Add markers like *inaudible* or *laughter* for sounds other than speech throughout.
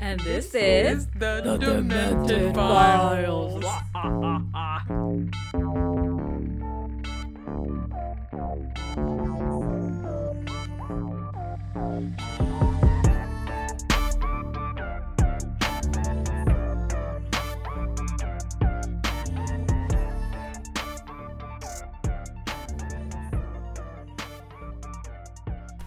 And this is the, Demented Files.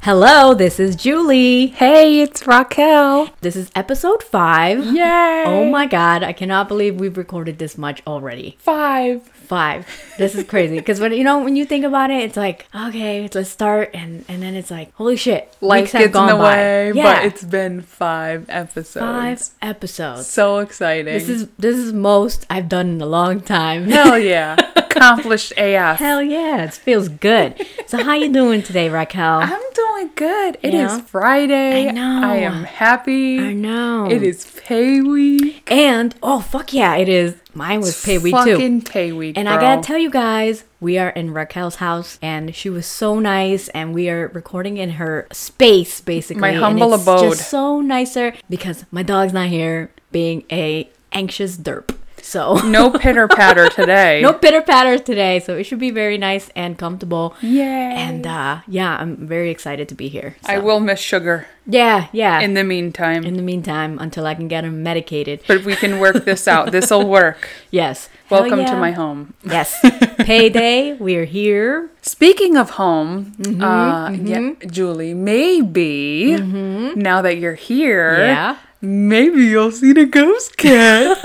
Hello, this is Julie. Hey, it's Raquel. This is episode five. Yay! Oh my god, I cannot believe we've recorded this much already. Five. Five. This is crazy because when you know when you think about it, it's like okay, let's start, and and then it's like holy shit, Life weeks have gets in gone the by. way, yeah, but it's been five episodes. five episodes. So exciting. This is this is most I've done in a long time. *laughs* *laughs* hell *laughs* yeah. Accomplished AF. Hell yeah, it feels good. So how you doing today, Raquel? *laughs* I'm doing good. It is Yeah. Friday. I know. I am happy. I know. It is pay week. And oh fuck yeah, it is. Mine was pay week Fucking too. pay week. And I bro. gotta tell you guys, we are in Raquel's house, and she was so nice, and we are recording in her space, basically. My and humble it's abode. Just so nicer because my dog's not here, being a anxious derp. So *laughs* no pitter patter *laughs* today. no pitter patter today, so it should be very nice and comfortable. Yay. And uh, yeah, I'm very excited to be here. I so. will miss sugar Yeah, yeah. in the meantime. in the meantime, until I can get him medicated. but we can work this out. This'll work. *laughs* Yes. Hell Welcome yeah. to my home. *laughs* Yes. Payday, we're here. Speaking of home, Mm-hmm, uh, yeah, Julie, maybe now that you're here, Mm-hmm. Yeah. maybe you'll see the ghost cat.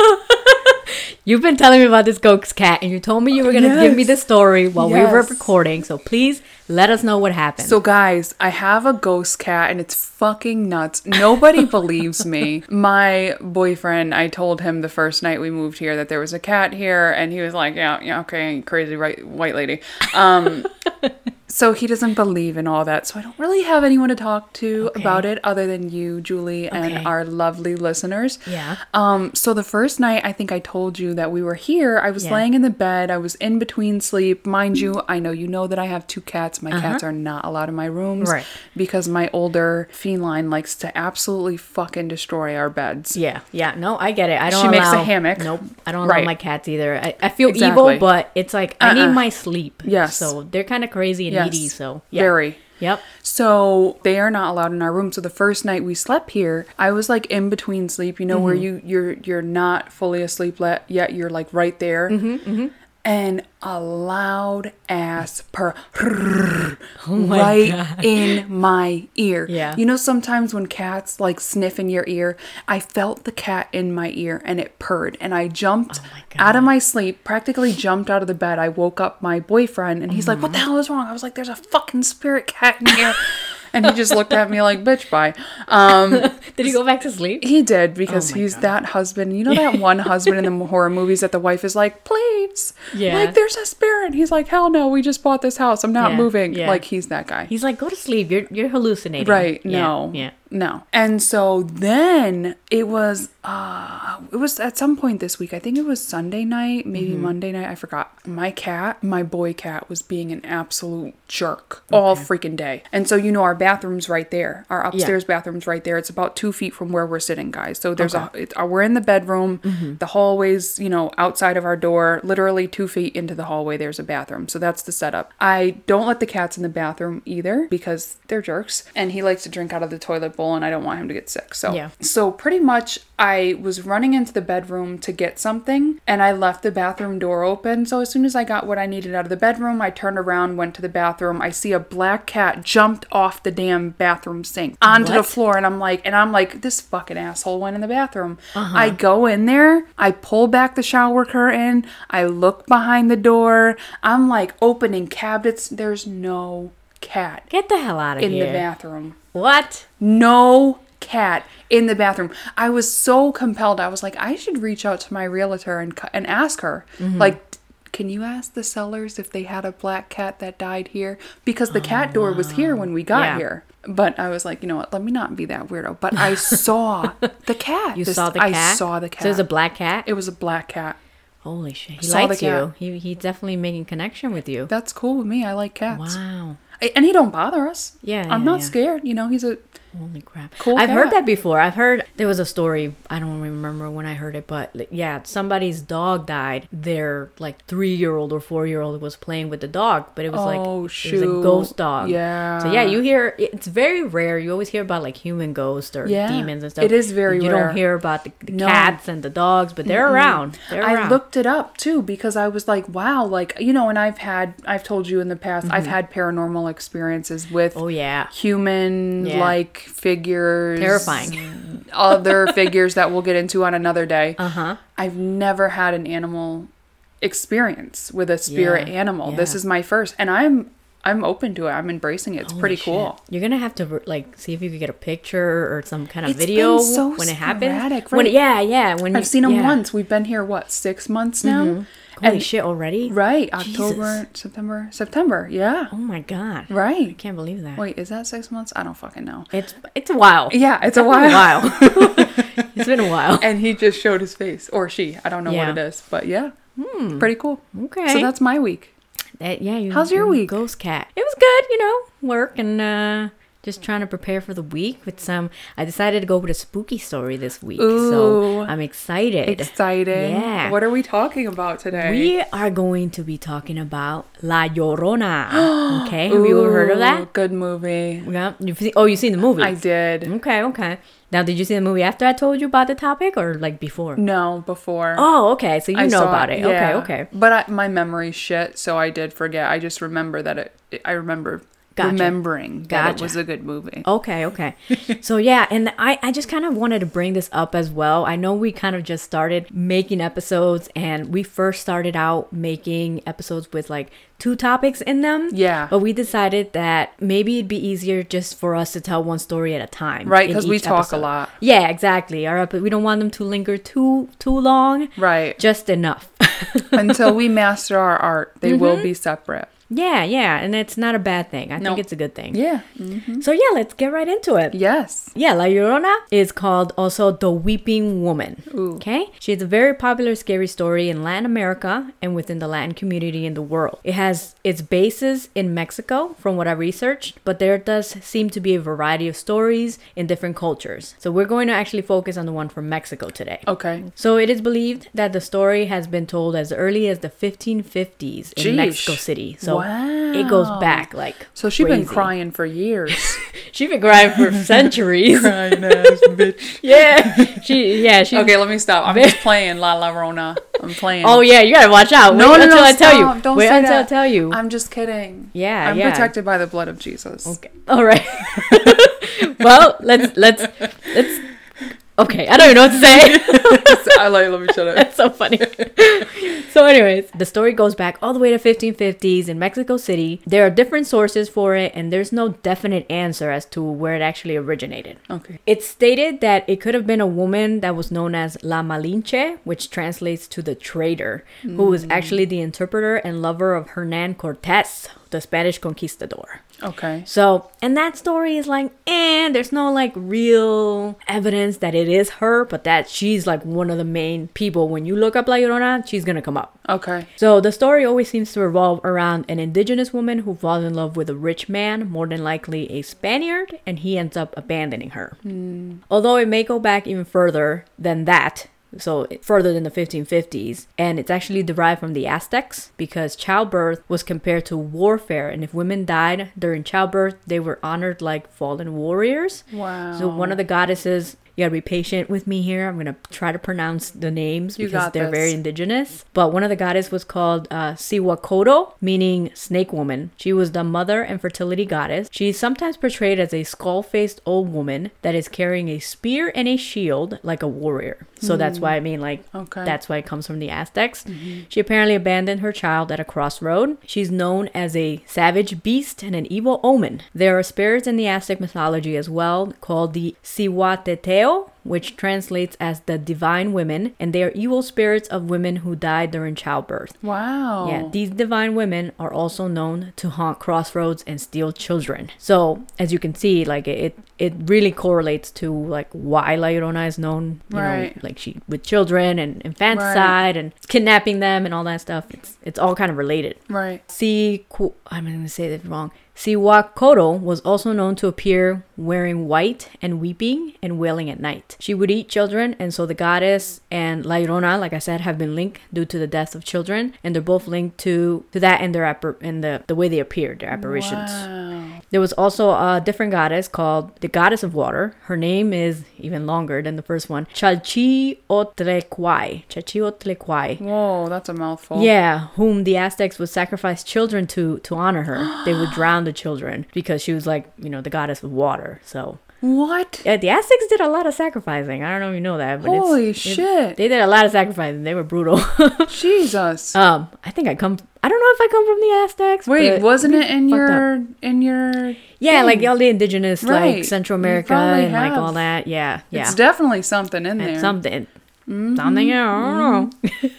You've been telling me about this Gokes cat, and you told me you were going to give me the Yes. story while we were Yes. recording. So please let us know what happened. so, guys, I have a ghost cat and it's fucking nuts. *laughs* Nobody believes me. My boyfriend, I told him the first night we moved here that there was a cat here, and he was like, "Yeah, yeah, okay, crazy right, white lady." *laughs* Um, so he doesn't believe in all that. So I don't really have anyone to talk to Okay. about it other than you, Julie, Okay. and our lovely listeners. Yeah. Um, so the first night I think I told you that we were here, I was Yeah. laying in the bed, I was in between sleep. Mind you, I know you know that I have two cats. My cats are not allowed in my rooms Uh-huh. Right. because my older feline likes to absolutely fucking destroy our beds. yeah, yeah, no, I get it. I don't. She makes a allow- hammock. Nope, I don't Right. allow my cats either. I, I feel Exactly. evil, but it's like I need Uh-uh. my sleep. Yes. So they're kind of crazy and needy. So yeah. Very. Yep. *laughs* So they are not allowed in our room. So the first night we slept here, I was like in between sleep, you know, where Mm-hmm. you you're you're not fully asleep le- yet. You're like right there, Mm-hmm. and a loud ass purr right in my ear. Yeah. you know, sometimes when cats like sniff in your ear, I felt the cat in my ear, and it purred, and I jumped out of my sleep, practically jumped out of the bed. I woke up my boyfriend, and he's like, "What the hell is wrong?" I was like, "There's a fucking spirit cat in here." And he just looked at me like, bitch, bye. Um, Did you go back to sleep? he did because Oh my he's God. that husband. You *laughs* know that one husband in the horror movies that the wife is like, please. Yeah. Like, there's a spirit. He's like, hell no, we just bought this house. I'm not Yeah, moving. yeah. Like, he's that guy. He's like, go to sleep. You're you're hallucinating. Right. Yeah, No. Yeah. No. And so then it was uh it was at some point this week. I think it was Sunday night, maybe Mm-hmm. Monday night, I forgot. My cat, my boy cat was being an absolute jerk all freaking day. And so you know our bathroom's right there. Our upstairs bathroom's right there. It's about 2 feet from where we're sitting, guys. So there's a it, uh, we're in the bedroom. The hallways, you know, outside of our door, literally 2 feet into the hallway there's a bathroom. So that's the setup. I don't let the cats in the bathroom either because they're jerks and he likes to drink out of the toilet bowl and I don't want him to get sick. So Yeah. so pretty much I was running into the bedroom to get something and I left the bathroom door open. So as soon as I got what I needed out of the bedroom, I turned around, went to the bathroom. I see a black cat jumped off the damn bathroom sink onto the What? floor and I'm like and I'm like this fucking asshole went in the bathroom. I go in there, I pull back the shower curtain, I look behind the door. I'm like opening cabinets, there's no cat Get the hell out of in here. the bathroom What? no cat in the bathroom. I was so compelled. I was like, I should reach out to my realtor and cu- and ask her, Mm-hmm. like, can you ask the sellers if they had a black cat that died here? Because the cat door was here when we got Yeah. here. But I was like, you know what? Let me not be that weirdo. But *laughs* I saw the cat. You This- saw the I cat. saw the cat. So it was a black cat. It was a black cat. Holy shit. He Saw the likes cat. you. He he's definitely making connection with you. That's cool with me. I like cats. Wow. I- and he don't bother us. Yeah, I'm yeah, not yeah. scared. You know, he's a Holy crap. Cool I've heard cat. that before. I've heard there was a story. I don't remember when I heard it, but like, yeah, somebody's dog died. Their like three year old or four year old was playing with the dog, but it was like Oh, it was a shoot. ghost dog. Yeah. So yeah, you hear it's very rare. You always hear about like human ghosts or Yeah. demons and stuff. It is very You rare. don't hear about the, the No. cats and the dogs, but they're around. They're I around. looked it up too because I was like, wow, like you know, and I've had I've told you in the past I've had paranormal experiences with Mm-hmm. Oh yeah. human like figures Terrifying. *laughs* other figures that we'll get into on another day. Uh-huh. I've never had an animal experience with a spirit Yeah, animal. This yeah. is my first and I'm I'm open to it. I'm embracing it. It's Holy pretty shit. cool. You're gonna have to like see if you could get a picture or some kind of It's been video so when it happens. sporadic, When right. yeah, yeah. When you- I've seen them yeah. Mm-hmm. once. We've been here what, 6 months now? Holy And- shit! Already? Right, Jesus. October, September, September. Yeah. Oh my god! I Right. can't believe that. Wait, is that six months? I don't fucking know. It's it's a while. Yeah, it's It's a been a while. while. *laughs* it's been a while. And he just showed his face, or she. I don't know Yeah. Hmm. what it is, but yeah, pretty cool. Okay. So that's my week. That- yeah. You, How's your you week? Ghost cat. It was good. You know, work and uh just trying to prepare for the week with some. I decided to go with a spooky story this week, so Ooh. I'm excited. Exciting. Yeah. What are we talking about today? We are going to be talking about La *gasps* Llorona. okay, have you ever heard of that? Ooh, Good movie. Yeah. You've seen, oh, you've seen the movie. I did. Okay, okay. Now, did you see the movie after I told you about the topic, or like before? No, before. Oh, okay. So you I know saw about it. yeah. Okay, okay. But I, my memory's shit, so I did forget. I just remember that it. I remember Gotcha. remembering that Gotcha. Oh. it was a good movie. Okay, *laughs* okay. so yeah, and I, I just kind of wanted to bring this up as well. I know we kind of just started making episodes and we first started out making episodes with like two topics in them. Yeah. But we decided that maybe it'd be easier just for us to tell one story at a time. Right, in 'cause we each talk a lot. Yeah, exactly. Our epi- we don't want them to linger too too long. *laughs* Right. Just enough. Until we master our art, they Mm-hmm. will be separate. yeah, yeah. And it's not a bad thing. I Nope. think it's a good thing. Yeah. So yeah, let's get right into it. Yes. Yeah, La Llorona is called also the Weeping Woman. Okay? She is a very popular scary story in Latin America and within the Latin community in the world. It has its bases in Mexico, from what I researched, but there does seem to be a variety of stories in different cultures. So we're going to actually focus on the one from Mexico today. Okay. So it is believed that the story has been told as early as the 1550s in Jeesh. Mexico City. So it goes Wow. back like So she's been crazy. crying for years. She's been crying for centuries. *laughs* crying *laughs* ass bitch. Yeah, she. Yeah, she. Okay, let me stop. I'm *laughs* just playing La La Rona. I'm playing. Oh yeah, you gotta watch out. Wait No, no, until no, I tell stop. you. Don't Wait say until that. I tell you. I'm just kidding. Yeah, I'm yeah. protected by the blood of Jesus. *laughs* okay. All right. well, let's let's let's. Okay, I don't even know what to *laughs* say. I like. Let me shut up. That's so funny. *laughs* so, anyways, the story goes back all the way to 1550s in Mexico City. There are different sources for it, and there's no definite answer as to where it actually originated. Okay. It's stated that it could have been a woman that was known as La Malinche, which translates to the traitor, who was actually the interpreter and lover of Hernan Cortes, the Spanish conquistador. *laughs* Okay. So, and that story is like, eh, there's no like real evidence that it is her, but that she's like one of the main people. When you look up La Llorona, she's gonna come up. Okay. So the story always seems to revolve around an indigenous woman who falls in love with a rich man, more than likely a Spaniard, and he ends up abandoning her. Hmm. Although it may go back even further than that. So, further than the 1550s, and it's actually derived from the Aztecs because childbirth was compared to warfare, and if women died during childbirth, they were honored like fallen warriors. Wow. So, one of the goddesses, you gotta be patient with me here. I'm gonna try to pronounce the names You because got they're very this. indigenous. But one of the goddess was called uh, Siwakoro, meaning snake woman. She was the mother and fertility goddess. She is sometimes portrayed as a skull faced old woman that is carrying a spear and a shield like a warrior. So that's why I mean, like, Okay. that's why it comes from the Aztecs. She apparently abandoned her child at a crossroad. She's known as a savage beast and an evil omen. There are spirits in the Aztec mythology as well called the Siwateteo, which translates as the divine women, and they are evil spirits of women who died during childbirth. Wow. Yeah, these divine women are also known to haunt crossroads and steal children. So, as you can see, like it, it really correlates to like why La Llorona is known, you know, Right. like she with children and infanticide and kidnapping them and all that stuff. It's it's all kind of related. Right. C. Qu- I'm gonna say it wrong. Siwakoro was also known to appear wearing white and weeping and wailing at night. She would eat children, and so the goddess and La Llorona, like I said, have been linked due to the death of children, and they're both linked to to that and their appar- and the the way they appeared, their apparitions. Wow. There was also a different goddess called the goddess of water. Her name is even longer than the first one, Chalchi Otlequai. Chalchi Otlequai. Whoa, that's a mouthful. Yeah, whom the Aztecs would sacrifice children to to honor *gasps* her. they would drown the children because she was like, you know, the goddess of water. So What? yeah, the Aztecs did a lot of sacrificing. I don't know if you know that, but it's- Holy it- shit. they did a lot of sacrificing. They were brutal. *laughs* Jesus. um, I think I come. I don't know if I come from the Aztecs. Wait, but- wasn't it in fucked your in your? Yeah, like thing? all the indigenous, Right. like Central You America probably and like have. all that. Yeah, yeah. It's definitely something and in there. something. Mm-hmm. Something, I don't know. *laughs*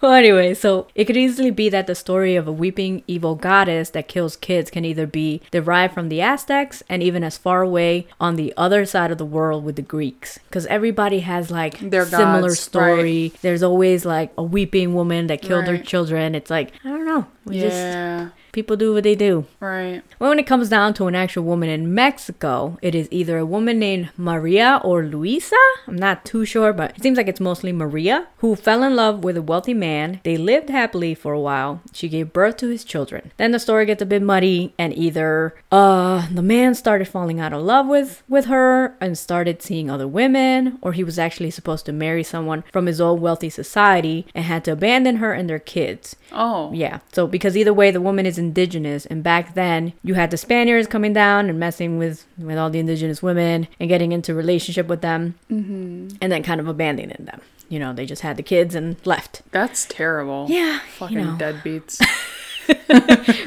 well, anyway, so it could easily be that the story of a weeping evil goddess that kills kids can either be derived from the Aztecs and even as far away on the other side of the world with the Greeks. Because everybody has like Their similar gods, story. There's always like a weeping woman that killed her Right. children. It's like, I don't know. We just, yeah. people do what they do. Right. Well, when it comes down to an actual woman in Mexico, it is either a woman named Maria or Luisa. I'm not too sure, but it seems like it's mostly Maria, who fell in love with a wealthy man. They lived happily for a while. She gave birth to his children. Then the story gets a bit muddy, and either uh the man started falling out of love with with her and started seeing other women, or he was actually supposed to marry someone from his own wealthy society and had to abandon her and their kids. Oh. Yeah. So because either way, the woman is indigenous, and back then you had the Spaniards coming down and messing with with all the indigenous women and getting into relationship with them, mm-hmm. and then kind of abandoning them. You know, they just had the kids and left. That's terrible. Yeah. Fucking you know, *laughs* deadbeats.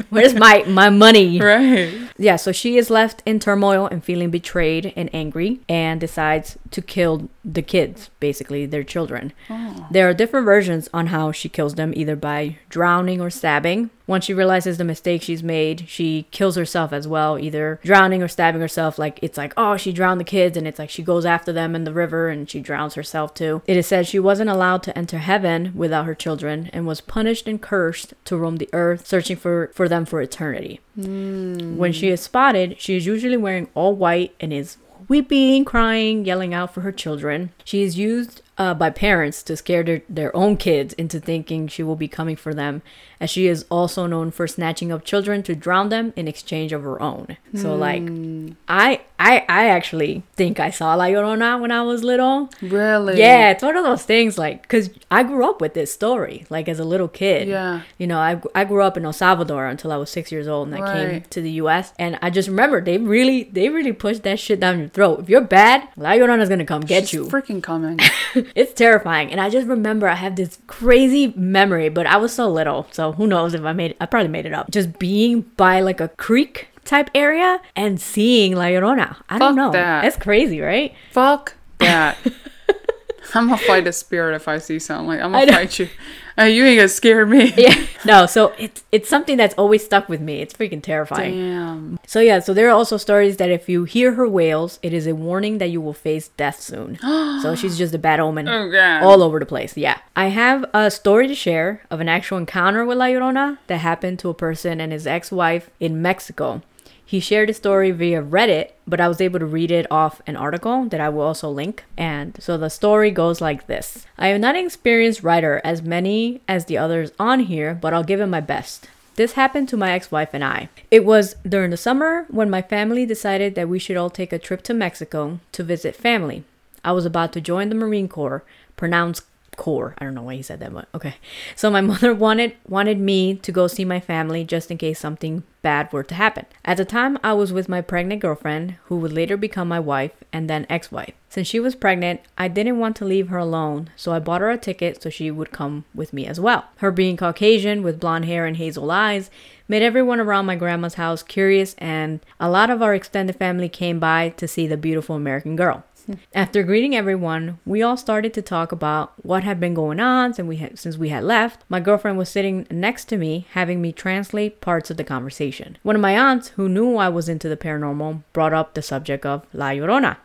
where's my my *laughs* money? right. Yeah. So she is left in turmoil and feeling betrayed and angry, and decides to kill the kids, basically their children. Oh. There are different versions on how she kills them, either by drowning or stabbing. Once she realizes the mistake she's made, she kills herself as well, either drowning or stabbing herself. Like, it's like, oh, she drowned the kids, and it's like she goes after them in the river and she drowns herself too. It is said she wasn't allowed to enter heaven without her children and was punished and cursed to roam the earth, searching for, for them for eternity. When she is spotted, she is usually wearing all white and is weeping, crying, yelling out for her children. She is used uh, by parents to scare their, their own kids into thinking she will be coming for them, as she is also known for snatching up children to drown them in exchange of her own. So, like, I, I, I actually think I saw La Llorona when I was little. Really. Yeah, it's one of those things like because I grew up with this story, like as a little kid. Yeah. You know, I, I grew up in El Salvador until I was six years old, and I came Right. to the U.S. And I just remember they really they really pushed that shit down your throat. If you're bad, La Llorona's gonna come get She's you. freaking coming. *laughs* it's terrifying, and I just remember I have this crazy memory, but I was so little, so who knows if I made I probably made it up. Just being by like a creek type area and seeing La Llorona. I don't Fuck know. that. That's crazy, right? Fuck *laughs* that. I'm gonna fight a spirit if I see something like I'm I gonna know. fight you. Uh, you ain't gonna scare me. *laughs* yeah. No, so it's it's something that's always stuck with me. It's freaking terrifying. Damn. So yeah, so there are also stories that if you hear her wails, it is a warning that you will face death *gasps* soon. so she's just a bad omen Oh god. all over the place. Yeah. I have a story to share of an actual encounter with La Llorona that happened to a person and his ex wife in Mexico. He shared a story via Reddit, but I was able to read it off an article that I will also link. And so the story goes like this I am not an experienced writer as many as the others on here, but I'll give it my best. This happened to my ex wife and I. It was during the summer when my family decided that we should all take a trip to Mexico to visit family. I was about to join the Marine Corps, pronounced Corps. I don't know why he said that, but okay. So my *laughs* mother wanted wanted me to go see my family just in case something bad were to happen. At the time, I was with my pregnant girlfriend, who would later become my wife and then ex-wife. Since she was pregnant, I didn't want to leave her alone, so I bought her a ticket so she would come with me as well. Her being Caucasian with blonde hair and hazel eyes made everyone around my grandma's house curious, and a lot of our extended family came by to see the beautiful American girl. *laughs* After greeting everyone, we all started to talk about what had been going on since we had, since we had left. My girlfriend was sitting next to me, having me translate parts of the conversation. One of my aunts, who knew I was into the paranormal, brought up the subject of La Llorona,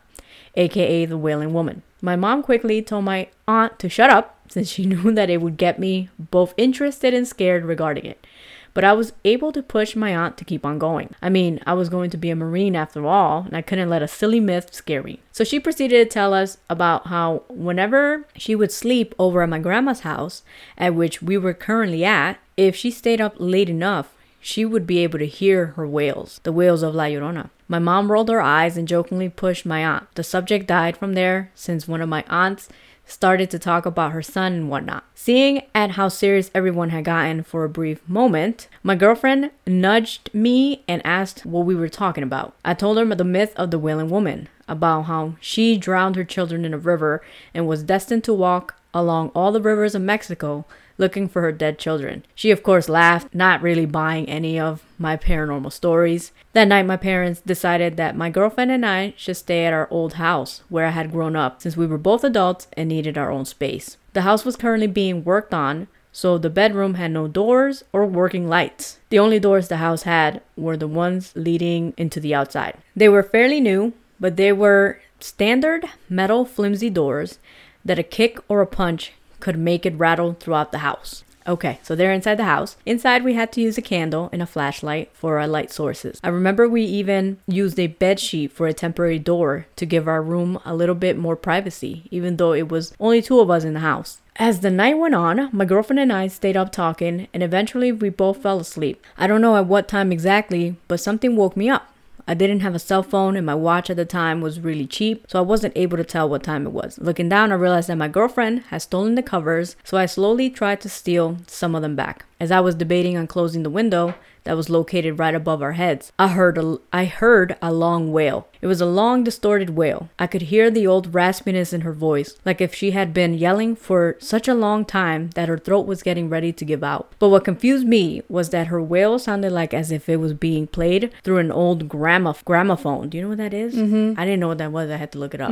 aka the Wailing Woman. My mom quickly told my *laughs* aunt to shut up since she knew that it would get me both interested and scared regarding it. but I was able to push my aunt to keep on going. I mean, I was going to be a Marine after all, and I couldn't let a silly myth scare me. So she proceeded to tell us about how whenever she would sleep over at my grandma's house, at which we were currently at, if she stayed up late enough, she would be able to hear her wails, the wails of La Llorona. My mom rolled her eyes and jokingly pushed my aunt. The subject died from there since one of my aunts started to talk about her son and whatnot. Seeing at how serious everyone had gotten for a brief moment, my girlfriend nudged me and asked what we were talking about. I told her the myth of the wailing woman, about how she drowned her children in a river and was destined to walk along all the rivers of Mexico looking for her dead children. She, of course, laughed, not really buying any of my paranormal stories. That night, my parents decided that my girlfriend and I should stay at our old house where I had grown up since we were both adults and needed our own space. The house was currently being worked on. So, the bedroom had no doors or working lights. The only doors the house had were the ones leading into the outside. They were fairly new, but they were standard metal flimsy doors that a kick or a punch could make it rattle throughout the house. Okay, so they're inside the house. Inside, we had to use a candle and a flashlight for our light sources. I remember we even used a bed sheet for a temporary door to give our room a little bit more privacy, even though it was only two of us in the house. As the night went on, my girlfriend and I stayed up talking, and eventually we both fell asleep. I don't know at what time exactly, but something woke me up. I didn't have a cell phone and my watch at the time was really cheap, so I wasn't able to tell what time it was. Looking down, I realized that my girlfriend had stolen the covers, so I slowly tried to steal some of them back. As I was debating on closing the window that was located right above our heads, I heard a, I heard a long wail. It was a long, distorted wail. I could hear the old raspiness in her voice, like if she had been yelling for such a long time that her throat was getting ready to give out. But what confused me was that her wail sounded like as if it was being played through an old gramoph- gramophone. Do you know what that is? I didn't know what that was. I had to look it up.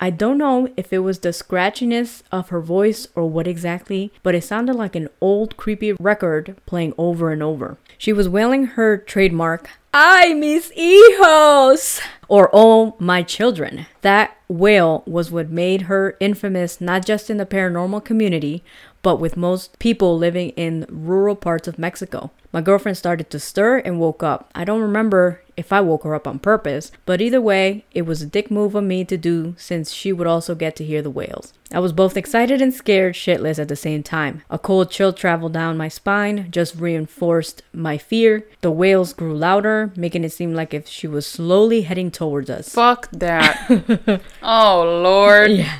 I don't know if it was the scratchiness of her voice or what exactly, but it sounded like an old, creepy record playing over and over. She was wailing her trademark I miss hijos! Or oh my children. That wail was what made her infamous not just in the paranormal community, but with most people living in rural parts of Mexico. My girlfriend started to stir and woke up. I don't remember if I woke her up on purpose, but either way, it was a dick move of me to do since she would also get to hear the wails. I was both excited and scared shitless at the same time. A cold chill traveled down my spine, just reinforced my fear. The wails grew louder, making it seem like if she was slowly heading towards us. Fuck that. *laughs* oh, Lord. Yeah.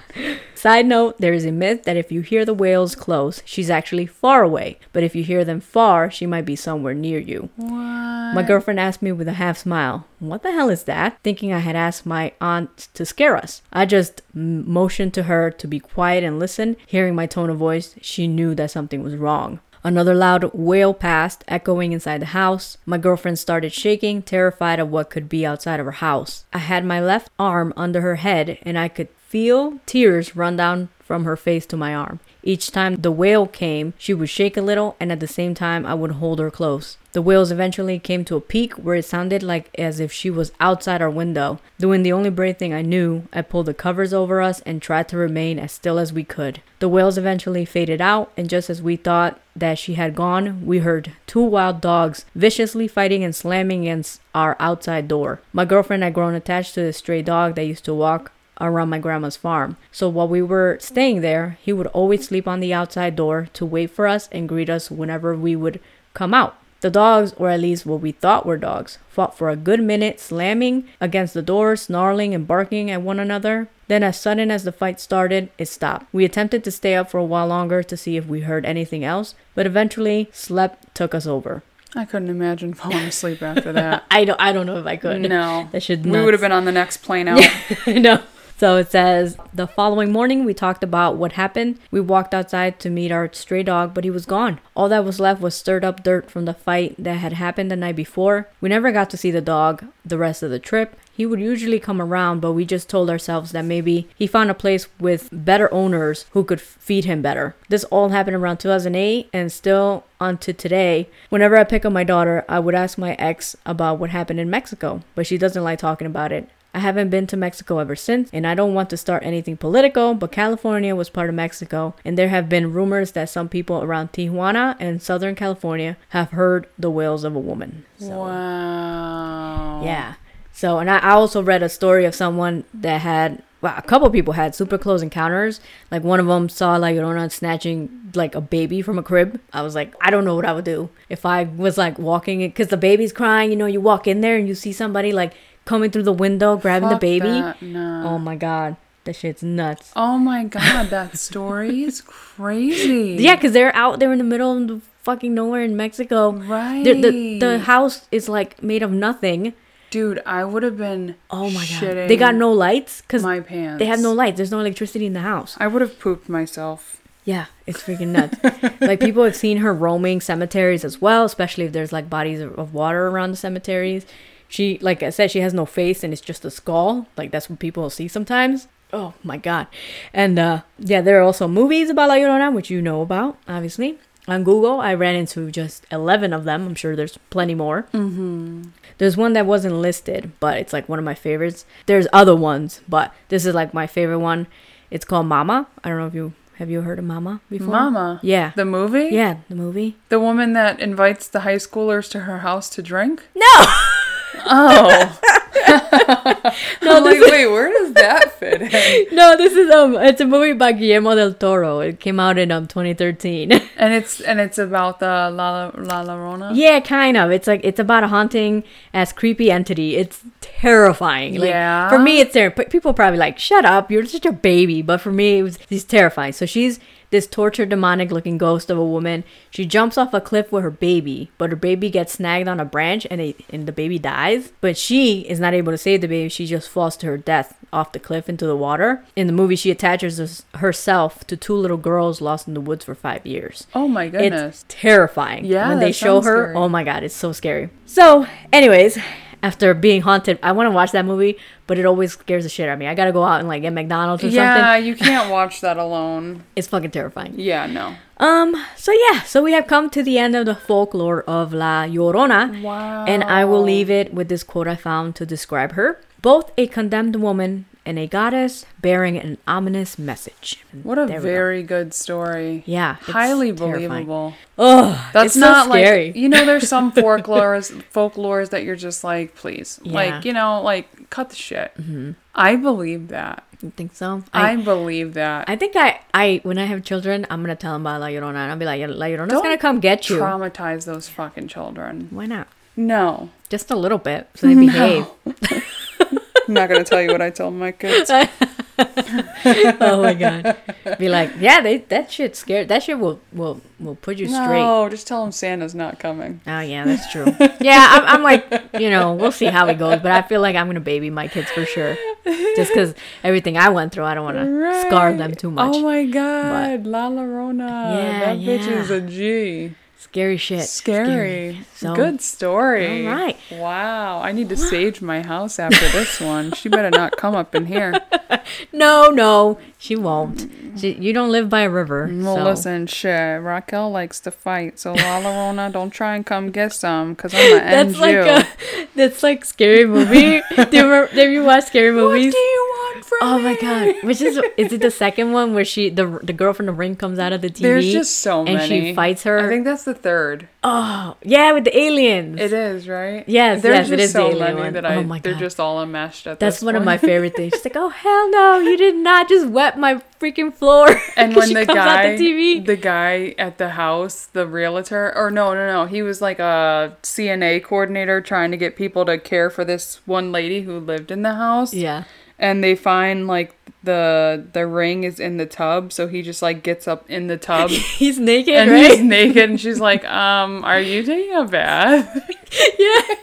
Side note, there is a myth that if you hear the whales close, she's actually far away, but if you hear them far, she might be somewhere near you. What? My girlfriend asked me with a half smile, What the hell is that? thinking I had asked my aunt to scare us. I just m- motioned to her to be quiet and listen. Hearing my tone of voice, she knew that something was wrong. Another loud wail passed, echoing inside the house. My girlfriend started shaking, terrified of what could be outside of her house. I had my left arm under her head, and I could feel tears run down from her face to my arm. Each time the wail came, she would shake a little, and at the same time, I would hold her close. The wails eventually came to a peak where it sounded like as if she was outside our window. Doing the only brave thing I knew, I pulled the covers over us and tried to remain as still as we could. The wails eventually faded out, and just as we thought that she had gone, we heard two wild dogs viciously fighting and slamming against our outside door. My girlfriend had grown attached to the stray dog that used to walk around my grandma's farm. So while we were staying there, he would always sleep on the outside door to wait for us and greet us whenever we would come out. The dogs, or at least what we thought were dogs, fought for a good minute, slamming against the door, snarling and barking at one another. Then, as sudden as the fight started, it stopped. We attempted to stay up for a while longer to see if we heard anything else, but eventually, sleep took us over. I couldn't imagine falling asleep *laughs* after that. I don't, I don't know if I could. No. that should. We not would have been on the next plane out. *laughs* *laughs* no. So it says the following morning we talked about what happened. We walked outside to meet our stray dog, but he was gone. All that was left was stirred up dirt from the fight that had happened the night before. We never got to see the dog the rest of the trip. He would usually come around, but we just told ourselves that maybe he found a place with better owners who could feed him better. This all happened around 2008 and still onto today. Whenever I pick up my daughter, I would ask my ex about what happened in Mexico, but she doesn't like talking about it. I haven't been to Mexico ever since, and I don't want to start anything political, but California was part of Mexico, and there have been rumors that some people around Tijuana and Southern California have heard the wails of a woman. So, Wow. yeah. So, and I, I also read a story of someone that had, well, a couple people had super close encounters. Like one of them saw La Llorona snatching like a baby from a crib. I was like, I don't know what I would do if I was like walking it because the baby's crying. You know, you walk in there and you see somebody like coming through the window grabbing Fuck the baby. that, no. Oh my god, that shit's nuts. Oh my god, that story is crazy. *laughs* Yeah, because they're out there in the middle of the fucking nowhere in Mexico. Right. The, the, the house is like made of nothing. Dude, I would have been. Oh my god. They got no lights because My pants. they have no lights. There's no electricity in the house. I would have pooped myself. Yeah, it's freaking nuts. like people have seen her roaming cemeteries as well, especially if there's like bodies of, of water around the cemeteries. She, like I said, she has no face and it's just a skull. Like that's what people see sometimes. Oh my god. And uh yeah, there are also movies about La Llorona, which you know about, obviously. On Google, I ran into just 11 of them. I'm sure there's plenty more. There's one that wasn't listed, but it's like one of my favorites. There's other ones, but this is like my favorite one. It's called Mama. I don't know if you have you heard of Mama before. Mama. Yeah. The movie? yeah, the movie. The woman that invites the high schoolers to her house to drink? *laughs* No. Oh. *laughs* no, like, wait, where does that fit in? no, this is um it's a movie by Guillermo del Toro. It came out in um *laughs* 2013. And it's and it's about the La La, La Llorona. yeah, kind of. It's like it's about a haunting as creepy entity. It's terrifying. Like Yeah. for me it's there. But people probably like, "Shut up, you're such a baby." But for me it was it's terrifying. So she's this tortured demonic looking ghost of a woman. She jumps off a cliff with her baby, but her baby gets snagged on a branch and they, and the baby dies. But she is not able to save the baby. She just falls to her death off the cliff into the water. In the movie, she attaches hers- herself to two little girls lost in the woods for 5 years. Oh my It's goodness. terrifying. Yeah, When they that show sounds her, scary. oh my god, it's so scary. So, anyways, after being haunted, I want to watch that movie, but it always scares the shit out of me. I gotta go out and like get McDonald's or yeah, something. you can't watch that alone. It's fucking terrifying. Yeah, no. Um, so yeah, so we have come to the end of the folklore of La Llorona. Wow. And I will leave it with this quote I found to describe her both a condemned woman and a goddess bearing an ominous message. And What a there we go. very good story. Yeah, it's Highly terrifying. believable. Ugh, That's it's so not scary. like e you know. There's *laughs* some folklores, folklores that you're just like, please, like Yeah. Mm-hmm. you know, like cut the shit. I believe that. you think so? I, believe that. I think I, I when I have children, I'm gonna tell them about La Llorona, and I'll be like, La Llorona's Don't gonna come get you. Traumatize those fucking children. Why not? No, Just a little bit, so *laughs* they behave. I'm not gonna tell you what I tell my *laughs* kids. oh my god! Be like, yeah, they that shit scared. That shit will will will put you straight. No, just tell them Santa's not coming. Oh yeah, that's true. yeah, I'm, I'm like, you know, we'll see how it goes, but I feel like I'm gonna baby my kids for sure, just because everything I went through, I don't want to scar them Right. too much. Oh my god, La Llorona. Yeah, that bitch yeah. is a G. Scary shit. Scary. So- Good story. All right. Wow. I need to sage my house after this one. She better not come up *laughs* in here. No, no, she won't. She, you don't live by a river. Well, so. listen, shit. Raquel likes to fight, so La Llorona, don't try and come get some, cause I'm gonna end *laughs* That's like you. a *laughs* that's like scary *laughs* movie. do, you remember, do you watch scary movies? want from Oh my god! *laughs* Which is is it the second one where she the the girl from the ring comes out of the TV? There's just so and many. she fights her. I think that's the third. oh yeah, with the aliens. It is right. Yes, There's yes, it just is the so alien many one. that Oh I. my They're God. just all enmeshed at That's this one of point. my favorite things. She's like, "Oh hell *laughs* no, you did not just wet my freaking floor." *laughs* and 'Cause when she the comes out guy, the TV, the guy at the house, the realtor, or no, no, no, he was like a CNA coordinator trying to get people to care for this one lady who lived in the house. yeah, and they find like the the ring is in the tub, so he just like gets up in *laughs* the tub. he's naked, And right? he's naked, and she's like, "Um, are you taking *laughs* a bath?"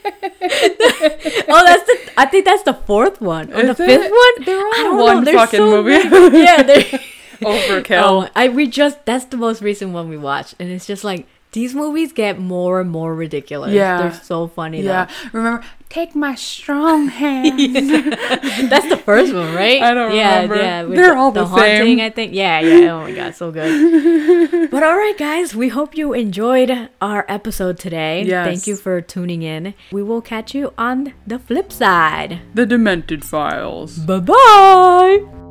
*laughs* Oh, that's the. I think that's the fourth one or Is the it? fifth one. They're all I don't one There's fucking movie. many. *laughs* Yeah, they're. Overkill. Oh, I we just that's the most recent one we watched, and it's just like These movies get more and more ridiculous. Yeah. They're so funny Yeah. Remember, take my *laughs* strong hand. though. *laughs* That's the first one, right? *laughs* I don't yeah, remember. Yeah, with They're all the same. haunting, I think. Yeah, yeah. Oh my god, so good. *laughs* but all right, guys, we hope you enjoyed our episode today. Yes. Thank you for tuning in. We will catch you on the flip side. The Demented Files. Bye bye.